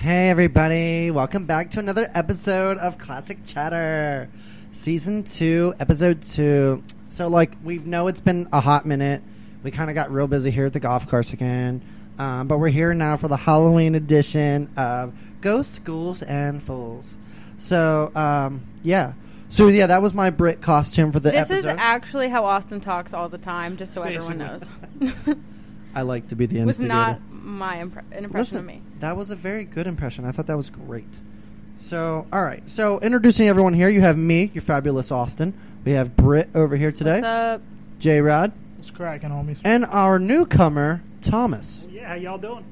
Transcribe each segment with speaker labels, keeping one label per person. Speaker 1: Hey, everybody. Welcome back to another episode of Classic Chatter, Season 2, Episode 2. So, like, we know it's been a hot minute. We kind of got real busy here at the golf course again. Um, but we're here now for the Halloween edition of Ghosts, Ghouls, and Fools. So, um, yeah. So, yeah, that was my Brit costume for the
Speaker 2: This is
Speaker 1: episode.
Speaker 2: actually how Austin talks all the time, just so everyone knows.
Speaker 1: I like to be the
Speaker 2: It was
Speaker 1: instigator.
Speaker 2: not my impre- an impression
Speaker 1: Listen,
Speaker 2: of me.
Speaker 1: That was a very good impression. I thought that was great. So, all right. So, introducing everyone here, you have me, your fabulous Austin. We have Britt over here
Speaker 2: What's
Speaker 1: today,
Speaker 2: up?
Speaker 1: J Rod,
Speaker 3: It's cracking, homies.
Speaker 1: and our newcomer, Thomas.
Speaker 3: Yeah, how y'all doing?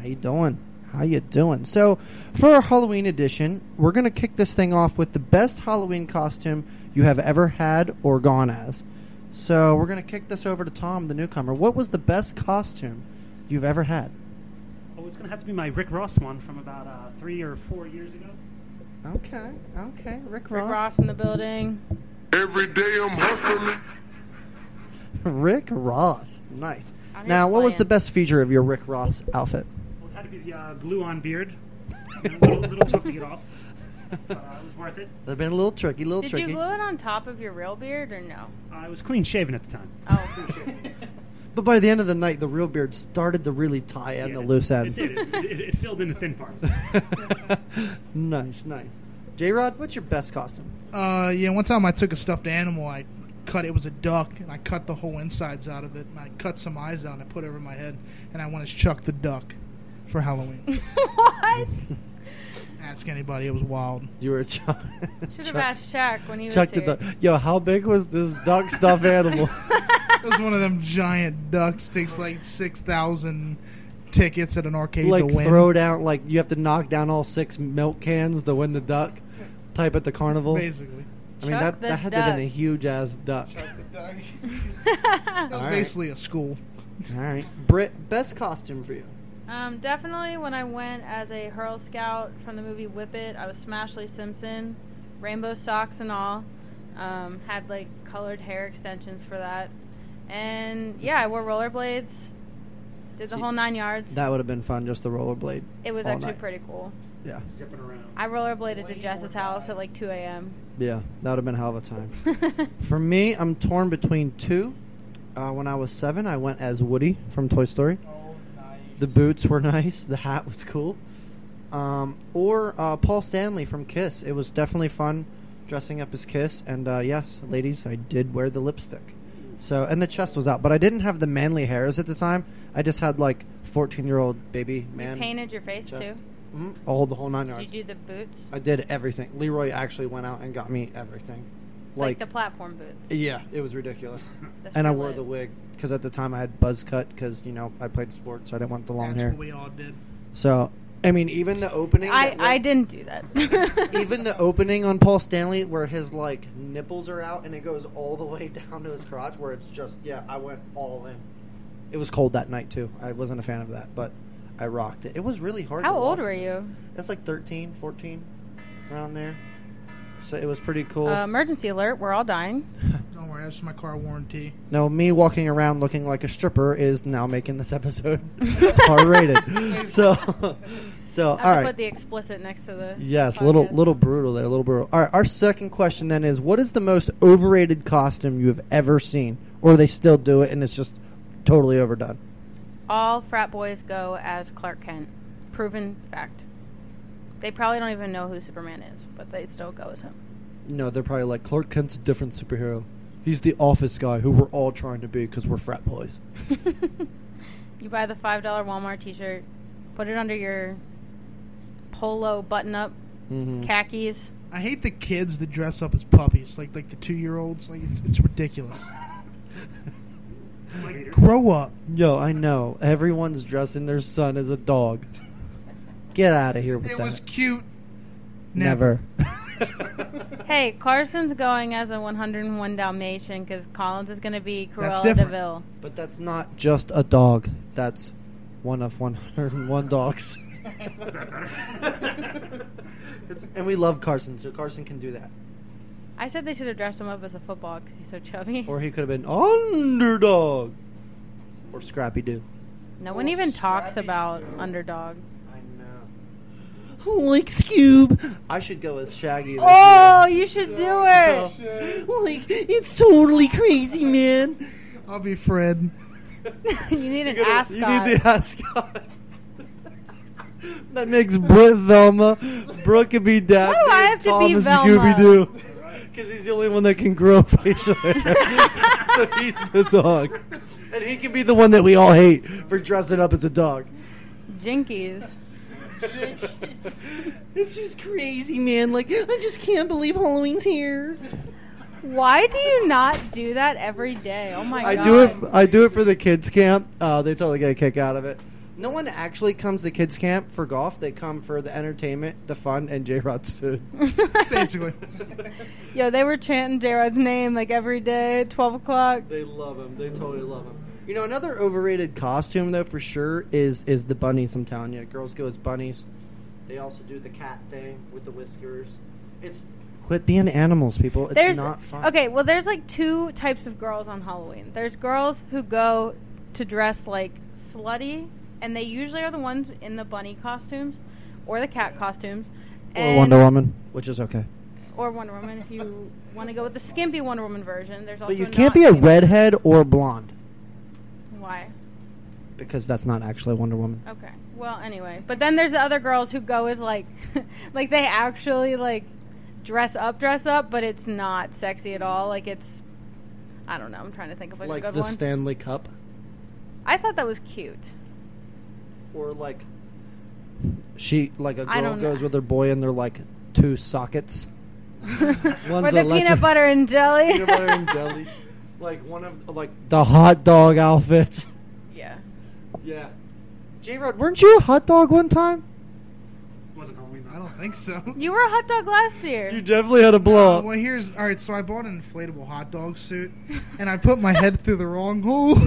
Speaker 1: How you doing? How you doing? So, for our Halloween edition, we're gonna kick this thing off with the best Halloween costume you have ever had or gone as. So, we're gonna kick this over to Tom, the newcomer. What was the best costume you've ever had?
Speaker 4: Oh, it's gonna have to be my Rick Ross one from about uh, three or four years ago.
Speaker 1: Okay, okay, Rick
Speaker 2: Rick Ross in the building.
Speaker 5: Every day I'm hustling.
Speaker 1: Rick Ross. Nice.
Speaker 2: I'm
Speaker 1: Now,
Speaker 2: just
Speaker 1: what was
Speaker 2: playing.
Speaker 1: the best feature of your Rick Ross outfit?
Speaker 4: Well, it had to be the uh, glue-on beard. You know, a little, little tough to get off, but uh, it was worth it.
Speaker 1: They've been a little tricky, a little
Speaker 2: Did
Speaker 1: tricky.
Speaker 2: you glue it on top of your real beard or no?
Speaker 4: I Uh, was clean shaven at the time.
Speaker 2: Oh,
Speaker 1: but by the end of the night, the real beard started to really tie in the
Speaker 4: Yeah,
Speaker 1: loose
Speaker 4: it-
Speaker 1: ends.
Speaker 4: It, did. It, it, it filled in the thin parts.
Speaker 1: nice, nice. J Rod, what's your best costume?
Speaker 3: Uh, yeah, one time I took a stuffed animal. I cut it was a duck, and I cut the whole insides out of it, and I cut some eyes out, and I put it over my head, and I want to chuck the duck for Halloween.
Speaker 2: what?
Speaker 3: Ask anybody, it was wild.
Speaker 1: You were a Chuck.
Speaker 2: Should have asked Shaq when he was
Speaker 1: Chuck the
Speaker 2: here.
Speaker 1: duck. Yo, how big was this duck stuffed animal?
Speaker 3: It was one of them giant ducks. Takes like six thousand tickets at an arcade
Speaker 1: like
Speaker 3: to win.
Speaker 1: throw down, like you have to knock down all six milk cans to win the duck type at the carnival.
Speaker 3: basically.
Speaker 1: I mean,
Speaker 2: Chuck
Speaker 1: that,
Speaker 2: the
Speaker 1: that had to have been a
Speaker 2: duck.
Speaker 1: huge ass duck.
Speaker 3: that was
Speaker 1: All right.
Speaker 3: basically a school.
Speaker 1: All right, Britt, best costume for you.
Speaker 2: Um, definitely when I went as a Hurl Scout from the movie Whip It, I was Smashley Simpson, rainbow socks and all. Um, had like colored hair extensions for that. And yeah, I wore rollerblades, did the
Speaker 1: See,
Speaker 2: whole nine yards.
Speaker 1: That would have been fun, just the rollerblade.
Speaker 2: it was
Speaker 1: all
Speaker 2: actually
Speaker 1: night.
Speaker 2: pretty cool.
Speaker 1: Yeah,
Speaker 4: Zipping around.
Speaker 2: I rollerbladed to Jess's house at like 2 a.m.
Speaker 1: yeah, that would have been a hell of a time. for me, I'm torn between two. Uh, when I was seven, I went as Woody from Toy Story.
Speaker 3: Oh, nice.
Speaker 1: The boots were nice. The hat was cool. Um, or uh, Paul Stanley from Kiss. It was definitely fun dressing up as Kiss. And uh, yes, ladies, I did wear the lipstick. So and the chest was out, but I didn't have the manly hairs at the time. I just had like 14 year old baby man.
Speaker 2: you painted your face
Speaker 1: chest.
Speaker 2: too.
Speaker 1: Mhm. all the whole nine yards.
Speaker 2: Did you do the boots?
Speaker 1: I did everything. Leroy actually went out and got me everything. Like,
Speaker 2: the platform boots.
Speaker 1: yeah, it was ridiculous.
Speaker 2: That's
Speaker 1: and I
Speaker 2: pretty
Speaker 1: wore
Speaker 2: lit.
Speaker 1: the wig because at the time I had buzz cut because you know I played sports, so I didn't want the long
Speaker 3: That's
Speaker 1: hair.
Speaker 3: what we all did.
Speaker 1: So I mean, even the opening,
Speaker 2: I,
Speaker 1: that, like,
Speaker 2: I didn't do that.
Speaker 1: Even the opening on Paul Stanley, where his like nipples are out and it goes all the way down to his crotch, where it's just yeah, I went all in. It was cold that night too. I wasn't a fan of that, but I rocked it. It was really hard.
Speaker 2: How
Speaker 1: to walk.
Speaker 2: old were you?
Speaker 1: That's like 13, 14, around there. So it was pretty cool.
Speaker 2: Uh, emergency alert! We're all dying.
Speaker 3: Don't worry, that's my car warranty.
Speaker 1: No, me walking around looking like a stripper is now making this episode R rated. So, so all
Speaker 2: I have to
Speaker 1: right.
Speaker 2: put the explicit next to the.
Speaker 1: Yes, little
Speaker 2: podcast.
Speaker 1: little brutal there, a little brutal. All right, our second question then is: What is the most overrated costume you have ever seen, or they still do it and it's just totally overdone?
Speaker 2: All frat boys go as Clark Kent. Proven fact. They probably don't even know who Superman is, but they still go as him.
Speaker 1: No, they're probably like Clark Kent's a different superhero. He's the office guy who we're all trying to be because we're frat boys.
Speaker 2: You buy the five dollar Walmart T-shirt, put it under your polo button-up
Speaker 1: Mm-hmm. Mm.
Speaker 2: khakis.
Speaker 3: I hate the kids that dress up as puppies, like like the two year olds. Like it's, it's ridiculous. like grow up.
Speaker 1: Yo, I know everyone's dressing their son as a dog. Get out of here with
Speaker 3: It
Speaker 1: that.
Speaker 3: was cute.
Speaker 1: Never.
Speaker 2: Hey, Carson's going as a 101 Dalmatian because Collins is going to be
Speaker 3: That's
Speaker 2: Cruella
Speaker 3: different.
Speaker 2: Deville.
Speaker 1: But that's not just a dog. That's one of 101 dogs. It's- and we love Carson, so Carson can do that.
Speaker 2: I said they should have dressed him up as a football because he's so chubby.
Speaker 1: Or he could have been underdog or Scrappy Doo.
Speaker 2: no one even talks about underdog.
Speaker 1: I know. Like Scoob. I should go as Shaggy. this
Speaker 2: Oh, you should do it.
Speaker 1: year. like it's totally crazy, man.
Speaker 3: I'll be Fred.
Speaker 2: you need an
Speaker 1: gotta-
Speaker 2: ascot.
Speaker 1: You need the ascot. that makes Brit Velma. Brooke could be Daphne.
Speaker 2: do I have to
Speaker 1: Tom
Speaker 2: be
Speaker 1: is
Speaker 2: Velma?
Speaker 1: Scooby Doo. Because he's the only one that can grow facial hair. so he's the dog. And he can be the one that we all hate for dressing up as a dog.
Speaker 2: Jinkies.
Speaker 1: It's just crazy, man. Like, I just can't believe Halloween's here.
Speaker 2: Why do you not do that every day? Oh my
Speaker 1: I
Speaker 2: god.
Speaker 1: do it. I do it for the kids camp. Uh, they totally get a kick out of it. No one actually comes to kids camp for golf. They come for the entertainment, the fun, and J Rod's food.
Speaker 3: Basically,
Speaker 2: Yo, they were chanting J Rod's name like every day at 12 o'clock.
Speaker 1: they love him. They totally love him. You know, another overrated costume though for sure is is the bunnies. I'm telling you, girls go as bunnies. They also do the cat thing with the whiskers. It's quit being animals, people. It's
Speaker 2: There's
Speaker 1: not fun.
Speaker 2: okay. Well, there's like two types of girls on Halloween. There's girls who go to dress like slutty, and they usually are the ones in the bunny costumes or the cat costumes,
Speaker 1: Or
Speaker 2: and-
Speaker 1: Wonder Woman, which is okay.
Speaker 2: or Wonder Woman if you want to go with the skimpy Wonder Woman version. There's also
Speaker 1: But you can't
Speaker 2: not
Speaker 1: be a
Speaker 2: skimpy.
Speaker 1: redhead or blonde
Speaker 2: Why?
Speaker 1: because that's not actually Wonder Woman.
Speaker 2: Okay. Well, anyway, but then there's the other girls who go as like, like they actually like dress up, dress up, but it's not sexy at all. Like it's, I don't know. I'm trying to think of like,
Speaker 1: like
Speaker 2: a good
Speaker 1: the
Speaker 2: one.
Speaker 1: Stanley Cup,
Speaker 2: I thought that was cute.
Speaker 1: or like she like a
Speaker 2: I
Speaker 1: girl
Speaker 2: don't
Speaker 1: goes
Speaker 2: know.
Speaker 1: with her boy and they're like two sockets.
Speaker 2: Or
Speaker 1: One's
Speaker 2: the peanut butter and jelly.
Speaker 1: peanut butter and jelly. Like one of like the hot dog outfits.
Speaker 2: yeah.
Speaker 1: Yeah, J Rod, weren't you a hot dog one time?
Speaker 4: wasn't Halloween.
Speaker 3: I don't think so.
Speaker 2: You were a hot dog last year.
Speaker 1: You definitely had a blow
Speaker 3: Well, here's all right. So I bought an inflatable hot dog suit, and I put my head through the wrong hole,
Speaker 2: Wait,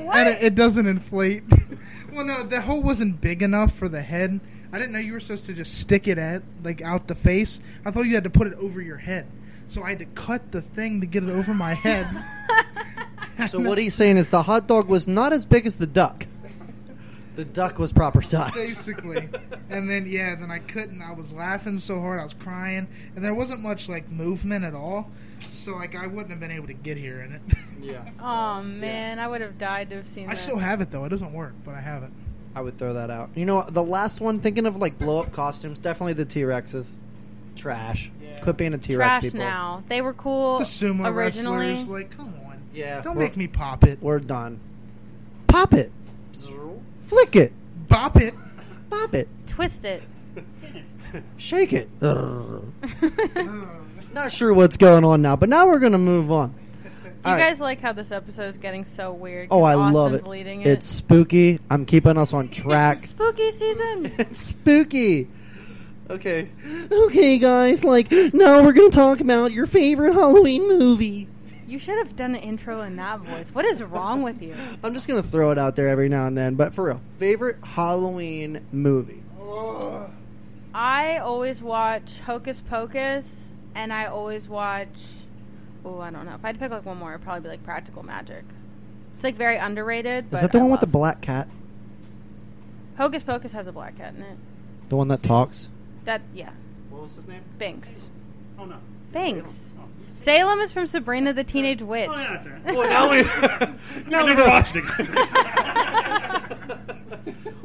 Speaker 2: what?
Speaker 3: and it, it doesn't inflate. well, no, the hole wasn't big enough for the head. I didn't know you were supposed to just stick it at like out the face. I thought you had to put it over your head. So I had to cut the thing to get it over my head.
Speaker 1: up. So what he's saying is the hot dog was not as big as the duck. The duck was proper size.
Speaker 3: basically. And then yeah, then I couldn't. I was laughing so hard, I was crying, and there wasn't much like movement at all. So like I wouldn't have been able to get here in it.
Speaker 1: Yeah,
Speaker 2: oh man, I would have died to have seen
Speaker 3: I
Speaker 2: that.
Speaker 3: still have it though. It doesn't work, but I have it.
Speaker 1: I would throw that out. You know, the last one thinking of like blow up costumes, definitely the T Rexes. Trash. Quit being a T Rex,
Speaker 2: Trash
Speaker 1: people.
Speaker 2: now. They were cool
Speaker 3: The sumo
Speaker 2: originally.
Speaker 3: wrestlers, like come on,
Speaker 1: Yeah.
Speaker 3: don't
Speaker 1: We're-
Speaker 3: make me pop it,
Speaker 1: We're done. Pop it. Flick it.
Speaker 3: bop it.
Speaker 1: Pop it.
Speaker 2: Twist it.
Speaker 1: Shake it. Not sure what's going on now, but now we're going to move on.
Speaker 2: Do you guys like how this episode is getting so weird? 'Cause
Speaker 1: oh, I love
Speaker 2: Austin's
Speaker 1: it.
Speaker 2: Leading it.
Speaker 1: It's spooky. I'm keeping us on track.
Speaker 2: spooky season.
Speaker 1: it's spooky. Okay. Okay, guys, like, now we're going to talk about your favorite Halloween movie.
Speaker 2: You should have done an intro in that voice. What is wrong with you?
Speaker 1: I'm just gonna throw it out there every now and then, but for real, favorite Halloween movie?
Speaker 2: I always watch Hocus Pocus, and I always watch. Oh, I don't know. If I had to pick like one more, it'd probably be like Practical Magic. It's like very underrated.
Speaker 1: Is
Speaker 2: but
Speaker 1: that the
Speaker 2: I
Speaker 1: one with the
Speaker 2: love-
Speaker 1: black cat?
Speaker 2: Hocus Pocus has a black cat in it.
Speaker 1: The one that talks?
Speaker 2: That yeah,
Speaker 1: What was his name?
Speaker 2: Binks.
Speaker 4: Oh no.
Speaker 2: Binks. Salem is from Sabrina the Teenage Witch.
Speaker 4: Oh yeah, that's right.
Speaker 1: Well, now we now
Speaker 4: I
Speaker 1: we
Speaker 4: never
Speaker 1: know.
Speaker 4: watched it.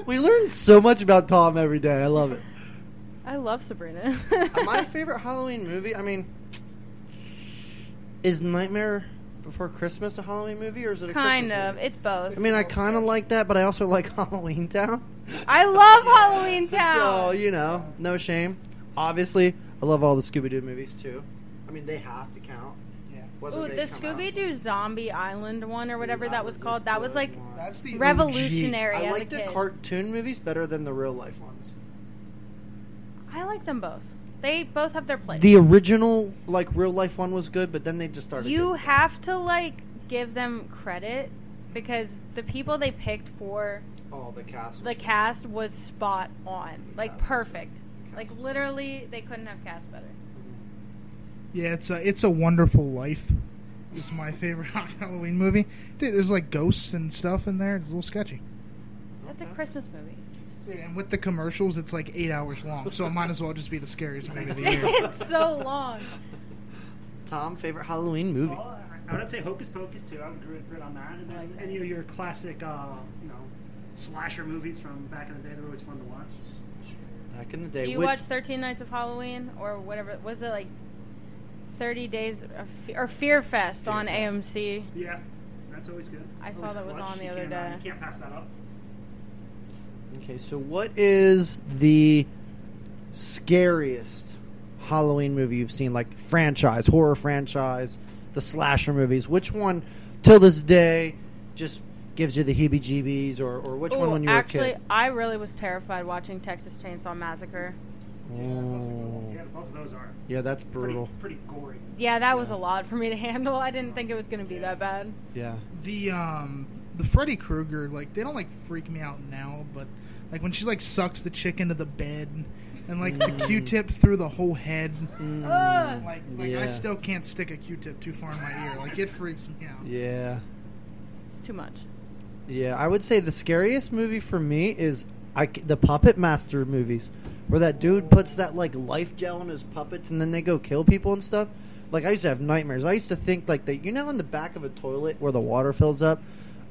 Speaker 1: We learn so much about Tom every day. I love it.
Speaker 2: I love Sabrina.
Speaker 1: My favorite Halloween movie, I mean, is Nightmare Before Christmas a Halloween movie or is it a
Speaker 2: kind
Speaker 1: Christmas
Speaker 2: of.
Speaker 1: movie?
Speaker 2: It's both.
Speaker 1: I mean, I kind of like that, but I also like Halloween Town.
Speaker 2: I love Halloween Town.
Speaker 1: So, you know, no shame. Obviously, I love all the Scooby Doo movies too. I mean, they have to count.
Speaker 3: Yeah.
Speaker 1: Whether
Speaker 2: Ooh,
Speaker 1: they
Speaker 2: the
Speaker 1: come
Speaker 2: Scooby
Speaker 1: out.
Speaker 2: Doo Zombie Island one or whatever that was
Speaker 1: a
Speaker 2: called. That was
Speaker 1: good
Speaker 2: like
Speaker 1: one.
Speaker 3: That's the OG.
Speaker 2: revolutionary.
Speaker 1: I
Speaker 2: as
Speaker 1: like
Speaker 2: a
Speaker 1: the
Speaker 2: kid.
Speaker 1: cartoon movies better than the real life ones.
Speaker 2: I like them both. They both have their place.
Speaker 1: The original, like real life one, was good, but then they just started.
Speaker 2: you
Speaker 1: getting-
Speaker 2: have to like give them credit because the people they picked for
Speaker 1: all the cast.
Speaker 2: the cast was spot on, like
Speaker 1: Cast was-
Speaker 2: perfect.
Speaker 1: cast
Speaker 2: Like
Speaker 1: was-
Speaker 2: literally, they couldn't have cast better.
Speaker 3: Yeah, it's a it's a wonderful life. It's my favorite Halloween movie. Dude, there's like ghosts and stuff in there. It's a little sketchy.
Speaker 2: That's a Christmas movie.
Speaker 3: Dude, and with the commercials, it's like eight hours long. So it might as well just be the scariest movie of the year.
Speaker 2: it's so long.
Speaker 1: Tom favorite Halloween movie.
Speaker 4: Well, I I would say Hocus Pocus too. I would agree agree on that. And then
Speaker 2: Like that.
Speaker 4: any of your classic, uh, you know, slasher movies from back in the day, they're always fun to watch.
Speaker 1: Back in the
Speaker 2: Do
Speaker 1: day,
Speaker 2: you
Speaker 1: which-
Speaker 2: watch Thirteen Nights of Halloween or whatever? Was it like Thirty Days of Fe- or Fear Fest on
Speaker 1: Fest.
Speaker 2: AMC?
Speaker 4: Yeah, that's always good.
Speaker 2: I saw
Speaker 4: Always
Speaker 2: that was
Speaker 4: clutch.
Speaker 2: on the
Speaker 4: You
Speaker 2: other
Speaker 4: can't, uh,
Speaker 2: day.
Speaker 4: you can't pass that up.
Speaker 1: Okay, so what is the scariest Halloween movie you've seen? Like franchise, horror franchise, the slasher movies. Which one, till this day, just gives you the heebie-jeebies, or, or which one
Speaker 2: Ooh,
Speaker 1: when you were
Speaker 2: actually,
Speaker 1: a kid?
Speaker 2: I really was terrified watching Texas Chainsaw Massacre.
Speaker 1: Oh,
Speaker 4: Yeah, both of those are
Speaker 1: yeah, that's
Speaker 4: pretty,
Speaker 1: brutal.
Speaker 4: pretty gory.
Speaker 2: Yeah, that was a lot for me to handle. I didn't think it was going to be that bad.
Speaker 1: Yeah,
Speaker 3: The um the Freddy Krueger like they don't like freak me out now, but like when she like sucks the chick into the bed and like
Speaker 1: Mm.
Speaker 3: the Q-tip through the whole head.
Speaker 2: Ugh.
Speaker 3: Like like
Speaker 1: Yeah.
Speaker 3: I still can't stick a Q-tip too far in my ear. Like it freaks me out.
Speaker 1: yeah,
Speaker 2: It's too much.
Speaker 1: yeah. I would say the scariest movie for me is I c the Puppet Master movies, where that dude puts that like life gel on his puppets, and then they go kill people and stuff. Like I used to have nightmares. I used to think like that. You know, in the back of a toilet where the water fills up.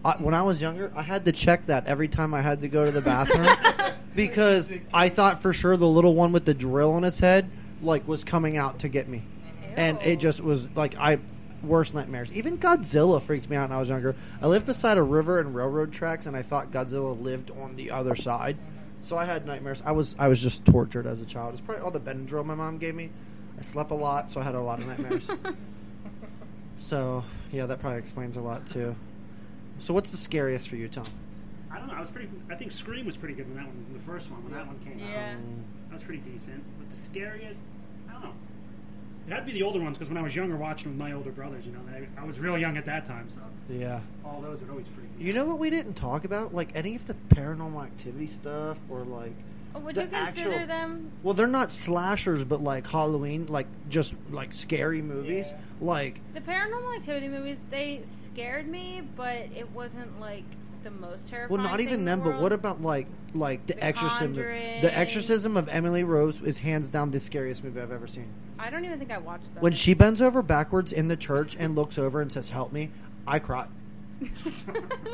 Speaker 1: I, when I was younger, I had to check that every time I had to go to the bathroom because I thought for sure the little one with the drill on his head like was coming out to get me. and
Speaker 2: Ew.
Speaker 1: it just was like I worst nightmares. Even Godzilla freaked me out when I was younger. I lived beside a river and railroad tracks, and I thought Godzilla lived on the other side. So I had nightmares. I was I was just tortured as a child. It's probably all the Benadryl my mom gave me. I slept a lot, so I had a lot of nightmares. so yeah, that probably explains a lot too. So what's the scariest for you, Tom?
Speaker 4: I don't know. I was pretty. I think Scream was pretty good when that one, the first one, when that one came
Speaker 2: Yeah.
Speaker 4: out.
Speaker 1: um,
Speaker 4: That was pretty decent. But the scariest, I don't know. It had to be the older ones because when I was younger, watching with my older brothers, you know, they, I was real young at that time, so
Speaker 1: Yeah.
Speaker 4: all those would always freak me.
Speaker 1: You know what we didn't talk about? Like any of the paranormal activity stuff or like
Speaker 2: Oh, Would
Speaker 1: The
Speaker 2: you consider
Speaker 1: actual-
Speaker 2: them?
Speaker 1: Well, they're not slashers, but like Halloween, like just like scary movies. Like,
Speaker 2: The paranormal activity movies, they scared me, but it wasn't like the most terrifying.
Speaker 1: well, not
Speaker 2: thing
Speaker 1: even
Speaker 2: in
Speaker 1: them,
Speaker 2: the
Speaker 1: but what
Speaker 2: world.
Speaker 1: about like like the,
Speaker 2: The
Speaker 1: Exorcism?
Speaker 2: Conjuring.
Speaker 1: The Exorcism of Emily Rose is hands down the scariest movie I've ever seen.
Speaker 2: I don't even think I watched them.
Speaker 1: When she bends over backwards in the church and looks over and says, "Help me," I cried.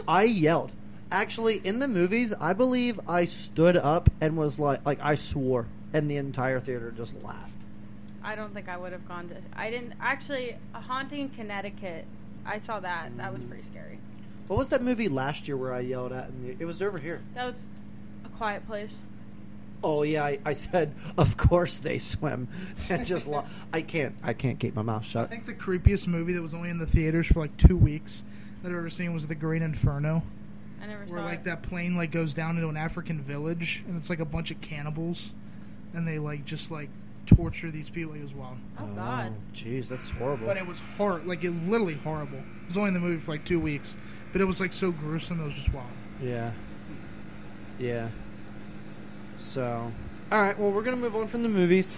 Speaker 1: I yelled. Actually, in the movies, I believe I stood up and was like, like I swore, and the entire theater just laughed.
Speaker 2: I don't think I would have gone to. I didn't actually. A haunting in Connecticut. I saw that. That was pretty scary.
Speaker 1: What was that movie last year where I yelled at? And it- it was over here.
Speaker 2: That was a quiet place.
Speaker 1: Oh yeah, I, I said, of course they swim. And just lo- I can't, I can't keep my mouth
Speaker 3: I
Speaker 1: shut.
Speaker 3: think the creepiest movie that was only in the theaters for like two weeks that I've ever seen was The Great Inferno,
Speaker 2: I never
Speaker 3: where
Speaker 2: saw
Speaker 3: like
Speaker 2: it.
Speaker 3: that plane like goes down into an African village and it's like a bunch of cannibals, and they like just like torture these people. It was wild,
Speaker 2: Oh God.
Speaker 1: jeez, that's horrible.
Speaker 3: but it was hard. Like it was literally horrible. It was only in the movie for like two weeks, but it was like so gruesome. It was just wild.
Speaker 1: Yeah, yeah. So, all right. Well, we're gonna move on from the movies.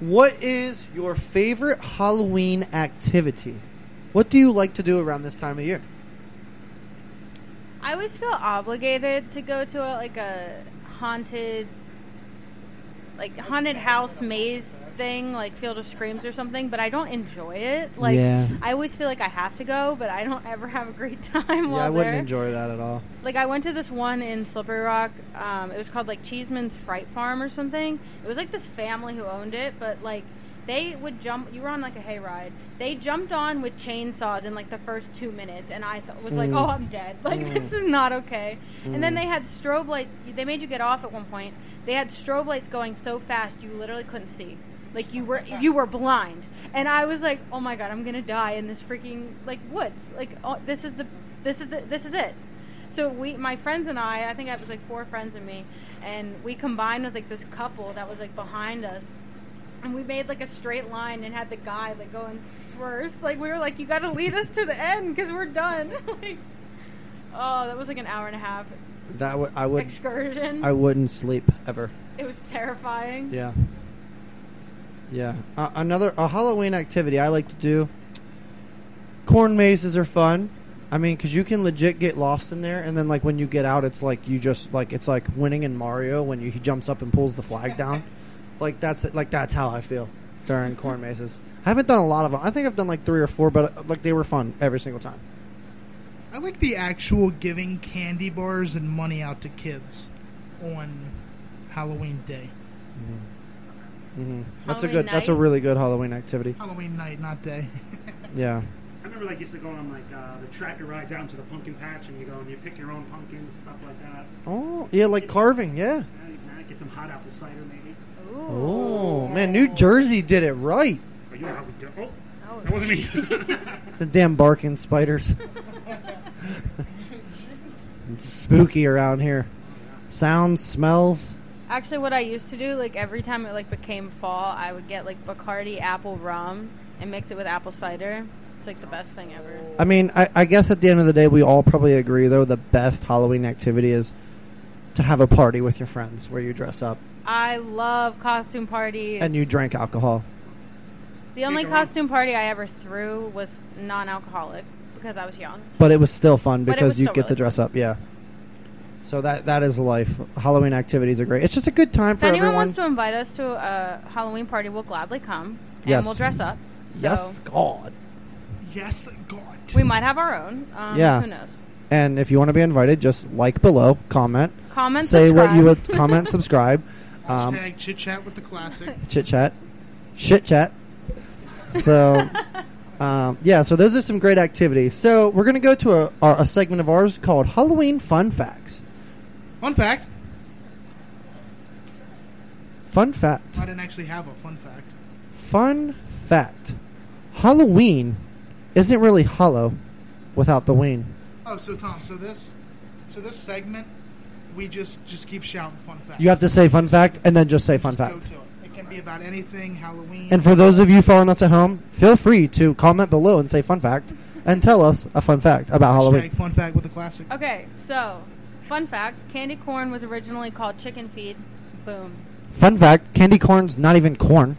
Speaker 1: What is your favorite Halloween activity? What do you like to do around this time of year?
Speaker 2: I always feel obligated to go to a, like a haunted, like haunted house maze thing, like Field of Screams or something. But I don't enjoy it. Like
Speaker 1: Yeah.
Speaker 2: I always feel like I have to go, but I don't ever have a great time.
Speaker 1: Yeah,
Speaker 2: while
Speaker 1: I wouldn't
Speaker 2: there.
Speaker 1: enjoy that at all.
Speaker 2: Like I went to this one in Slippery Rock. Um, it was called like Cheeseman's Fright Farm or something. It was like this family who owned it, but like they would jump. You were on like a hayride. They jumped on with chainsaws in like the first two minutes, and I th- was like, "Oh, I'm dead. Like this is not okay." And then they had strobe lights. They made you get off at one point. They had strobe lights going so fast you literally couldn't see. Like you were you were blind, and I was like, "Oh my god, I'm gonna die in this freaking like woods. Like oh, this is the this is the this is it." So we, my friends and I, I think I was like four friends and me, and we combined with like this couple that was like behind us, and we made like a straight line and had the guy like going first. Like we were like, you got to lead us to the end because we're done. like, oh, that was like an hour and a half.
Speaker 1: That would I would
Speaker 2: excursion.
Speaker 1: I wouldn't sleep ever.
Speaker 2: it was terrifying.
Speaker 1: Yeah. Yeah. Uh, another a Halloween activity I like to do. Corn mazes are fun. I mean, because you can legit get lost in there, and then like when you get out, it's like you just like it's like winning in Mario when you, he jumps up and pulls the flag down. like that's it. Like that's how I feel during corn mazes. I haven't done a lot of them. I think I've done like three or four, but uh, like they were fun every single time.
Speaker 3: I like the actual giving candy bars and money out to kids on Halloween day.
Speaker 1: hmm That's a
Speaker 2: Halloween
Speaker 1: good. That's a
Speaker 2: night? Oh.
Speaker 1: really good Halloween activity.
Speaker 3: Halloween night, not day.
Speaker 1: Yeah.
Speaker 4: I remember like used to go on like uh, the tractor ride down to the pumpkin patch, and you go and you pick your own pumpkins, stuff like that.
Speaker 1: Oh yeah, like carving. Yeah.
Speaker 4: Yeah, you can get some hot apple cider maybe.
Speaker 2: Ooh.
Speaker 1: Oh man, New Jersey did it right.
Speaker 4: Or you know how we do? Oh,
Speaker 2: Oh,
Speaker 4: that wasn't me.
Speaker 1: The damn barking spiders. it's spooky around here. Sounds, smells.
Speaker 2: Actually, what I used to do, like every time it like became fall, I would get like Bacardi apple rum and mix it with apple cider. It's like the best thing ever.
Speaker 1: I mean, I, I guess at the end of the day, we all probably agree though. The best Halloween activity is to have a party with your friends where you dress up
Speaker 2: I love costume parties.
Speaker 1: and you drink alcohol.
Speaker 2: the only
Speaker 4: Can't go wrong.
Speaker 2: costume party I ever threw was non-alcoholic because I was young.
Speaker 1: But it was still fun
Speaker 2: But it
Speaker 1: because
Speaker 2: was
Speaker 1: you
Speaker 2: still
Speaker 1: get to
Speaker 2: really
Speaker 1: dress up. Yeah. So that that is life. Halloween activities are great. It's just a good time
Speaker 2: If
Speaker 1: for
Speaker 2: anyone
Speaker 1: everyone.
Speaker 2: wants to invite us to a Halloween party, we'll gladly come and
Speaker 1: Yes.
Speaker 2: we'll dress up. So
Speaker 1: yes, God.
Speaker 3: yes, God.
Speaker 2: we might have our own. Um,
Speaker 1: Yeah.
Speaker 2: Who knows?
Speaker 1: And if you want to be invited, just like below, comment,
Speaker 2: Comment.
Speaker 1: say what you
Speaker 2: subscribe.
Speaker 1: would comment, subscribe, um,
Speaker 3: Hashtag chit chat with the classic.
Speaker 1: chit chat, shit chat. So, um, yeah, so those are some great activities. So we're gonna go to a, our, a segment of ours called Halloween Fun Facts.
Speaker 3: Fun fact.
Speaker 1: Fun fact.
Speaker 3: I didn't actually have a fun fact.
Speaker 1: Fun fact. Halloween isn't really hollow without the ween.
Speaker 3: Oh, so Tom, so this, so this segment, we just just keep shouting fun fact.
Speaker 1: You have to say fun fact and then just say fun
Speaker 3: Go
Speaker 1: fact.
Speaker 3: to it. It can be about anything. Halloween.
Speaker 1: And for those of you following us at home, feel free to comment below and say fun fact and tell us a fun fact about Halloween.
Speaker 3: Hashtag fun fact with the classic.
Speaker 2: Okay, so fun fact: candy corn was originally called chicken feed. Boom.
Speaker 1: Fun fact candy corn's not even corn.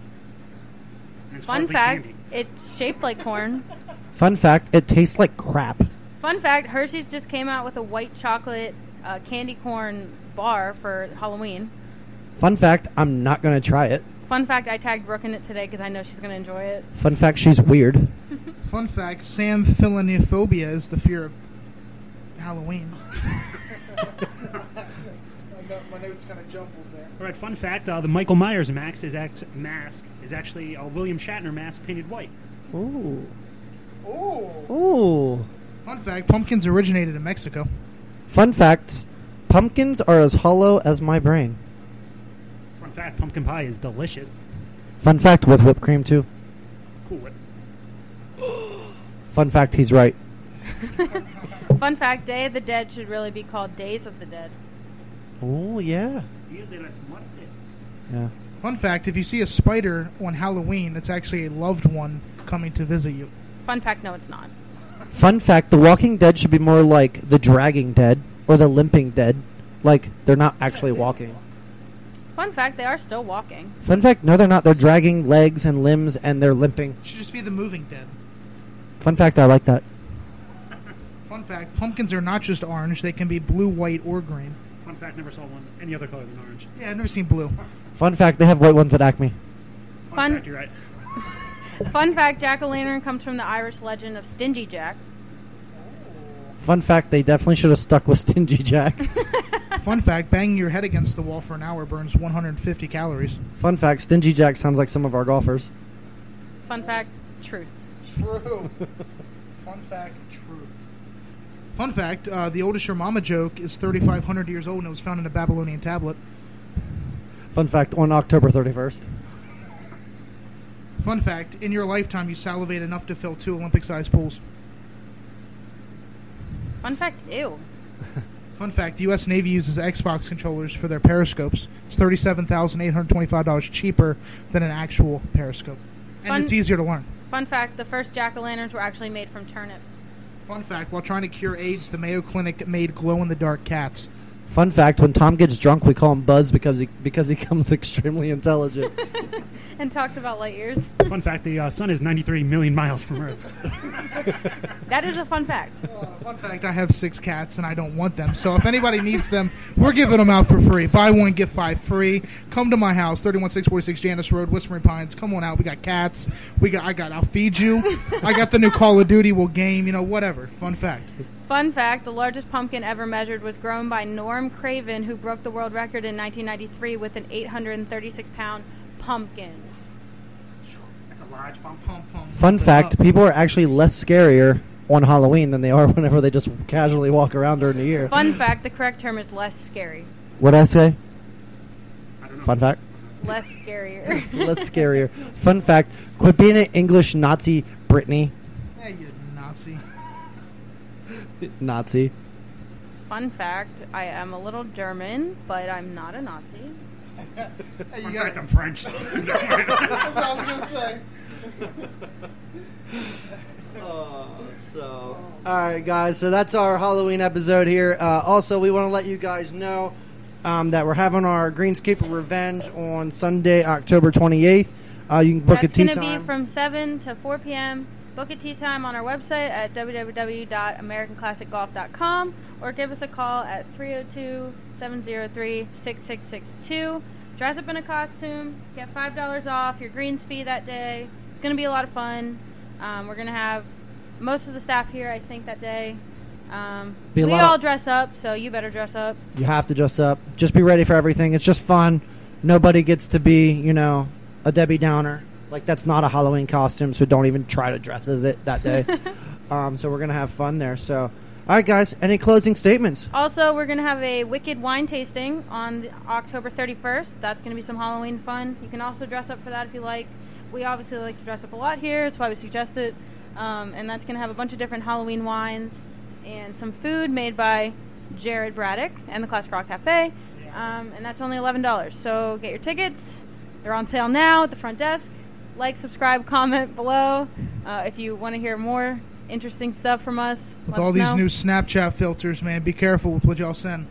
Speaker 4: And it's
Speaker 2: Fun
Speaker 4: hardly
Speaker 2: fact:
Speaker 4: candy.
Speaker 2: it's shaped like corn.
Speaker 1: Fun fact it tastes like crap.
Speaker 2: Fun fact: Hershey's just came out with a white chocolate uh, candy corn bar for Halloween.
Speaker 1: Fun fact I'm not going to try it.
Speaker 2: Fun fact: I tagged Brooke in it today because I know she's gonna enjoy it.
Speaker 1: Fun fact she's weird.
Speaker 3: Fun fact: Sam Philonophobia is the fear of Halloween. I got my notes kind of jumbled there.
Speaker 4: All right, fun fact: uh, the Michael Myers mask is act- mask is actually a William Shatner mask painted white.
Speaker 1: Ooh.
Speaker 3: Oh.
Speaker 1: Ooh.
Speaker 3: Fun fact: Pumpkins originated in Mexico.
Speaker 1: Fun fact pumpkins are as hollow as my brain.
Speaker 4: Fun fact: pumpkin pie is delicious.
Speaker 1: Fun fact with whipped cream too.
Speaker 4: Cool. Whip.
Speaker 1: Fun fact he's right.
Speaker 2: Fun fact: Day of the Dead should really be called Days of the Dead.
Speaker 1: Oh, yeah.
Speaker 4: Dia de las Muertes.
Speaker 1: Yeah.
Speaker 3: Fun fact: If you see a spider on Halloween, it's actually a loved one coming to visit you.
Speaker 2: Fun fact: No, it's not.
Speaker 1: Fun fact The Walking Dead should be more like The Dragging Dead or The Limping Dead. Like, they're not actually walking.
Speaker 2: Fun fact: They are still walking.
Speaker 1: Fun fact No, they're not. They're dragging legs and limbs and they're limping.
Speaker 3: Should just be the moving dead.
Speaker 1: Fun fact I like that.
Speaker 3: Fun fact: Pumpkins are not just orange; they can be blue, white, or green.
Speaker 4: Fun fact: never saw one any other color than orange.
Speaker 3: Yeah, I've never seen blue.
Speaker 1: Fun fact they have white ones at Acme.
Speaker 4: Fun,
Speaker 2: Fun-
Speaker 4: fact: you're right.
Speaker 2: Fun fact: Jack o' lantern comes from the Irish legend of Stingy Jack.
Speaker 1: Fun fact they definitely should have stuck with Stingy Jack.
Speaker 3: Fun fact: Banging your head against the wall for an hour burns 150 calories.
Speaker 1: Fun fact Stingy Jack sounds like some of our golfers.
Speaker 2: Fun fact: Truth.
Speaker 3: True. Fun fact: Truth. Fun fact: uh, The oldest your mama joke is 3,500 years old and it was found in a Babylonian tablet.
Speaker 1: Fun fact on October 31st.
Speaker 3: Fun fact: In your lifetime, you salivate enough to fill two Olympic-sized pools.
Speaker 2: Fun fact: Ew.
Speaker 3: Fun fact: The U.S. Navy uses Xbox controllers for their periscopes. It's thirty-seven thousand eight hundred twenty-five dollars cheaper than an actual periscope, and
Speaker 2: Fun-
Speaker 3: it's easier to learn.
Speaker 2: Fun fact: The first jack o' lanterns were actually made from turnips.
Speaker 3: Fun fact: While trying to cure AIDS, the Mayo Clinic made glow-in-the-dark cats.
Speaker 1: Fun fact: When Tom gets drunk, we call him Buzz because he because he becomes extremely intelligent.
Speaker 2: and talked about light years.
Speaker 4: Fun fact: the uh, sun is 93 million miles from Earth.
Speaker 2: that is a fun fact.
Speaker 3: Fun fact: I have six cats, and I don't want them. So if anybody needs them, we're giving them out for free. Buy one, get five free. Come to my house, thirty-one six forty six Janice Road, Whispering Pines. Come on out. We got cats. We got. I got. I'll feed you. I got the new Call of Duty. We'll game. You know, whatever. Fun fact.
Speaker 2: Fun fact the largest pumpkin ever measured was grown by Norm Craven, who broke the world record in 1993 with an 836 pound pumpkin.
Speaker 4: That's a large bump.
Speaker 3: Pum, pum,
Speaker 1: Fun
Speaker 3: pump it
Speaker 1: fact:
Speaker 3: up.
Speaker 1: People are actually less scarier on Halloween than they are whenever they just casually walk around during the year.
Speaker 2: Fun fact the correct term is less scary.
Speaker 1: What I say?
Speaker 4: I don't know.
Speaker 1: Fun fact.
Speaker 2: Less scarier.
Speaker 1: Less scarier. Fun fact: Quit being an English Nazi, Brittany.
Speaker 3: Yeah, you Nazi.
Speaker 1: Nazi.
Speaker 2: Fun fact I am a little German, but I'm not a Nazi.
Speaker 3: Hey, you
Speaker 4: Fun
Speaker 3: got
Speaker 4: fact:
Speaker 3: it.
Speaker 4: I'm French.
Speaker 3: That's what I was gonna say.
Speaker 1: So, all right, guys. So that's our Halloween episode here. Uh, also, we want to let you guys know um, that we're having our Greenscaper Revenge on Sunday, October 28th. Uh, you can book a
Speaker 2: That's
Speaker 1: tea
Speaker 2: to
Speaker 1: time.
Speaker 2: be from 7 to 4 p.m. Book a tea time on our website at www.americanclassicgolf.com or give us a call at 302 703 6662. Dress up in a costume, get $5 off your greens fee that day. It's going to be a lot of fun. Um, we're going to have most of the staff here, I think, that day. Um,
Speaker 1: Be a
Speaker 2: we
Speaker 1: lot of-
Speaker 2: all dress up, so you better dress up.
Speaker 1: you have to dress up. Just be ready for everything. It's just fun. Nobody gets to be, you know, a Debbie Downer. Like that's not a Halloween costume, so don't even try to dress as it that day. um, so we're gonna have fun there. So, all right, guys. Any closing statements?
Speaker 2: Also, we're going to have a Wicked wine tasting on the- October 31st. That's going to be some Halloween fun. You can also dress up for that if you like. We obviously like to dress up a lot here. That's why we suggest it. Um, and that's going to have a bunch of different Halloween wines and some food made by Jared Braddock and the Classic Rock Cafe. Um, and that's only $11. So get your tickets. They're on sale now at the front desk. Like, subscribe, comment below uh, if you want to hear more interesting stuff from us.
Speaker 3: With
Speaker 2: let
Speaker 3: all
Speaker 2: us
Speaker 3: these
Speaker 2: know.
Speaker 3: new Snapchat filters, man, be careful with what y'all send.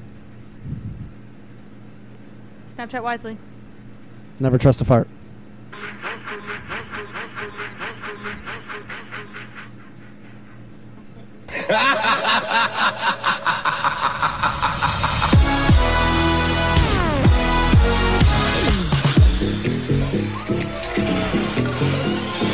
Speaker 2: Snapchat wisely.
Speaker 1: Never trust a fart.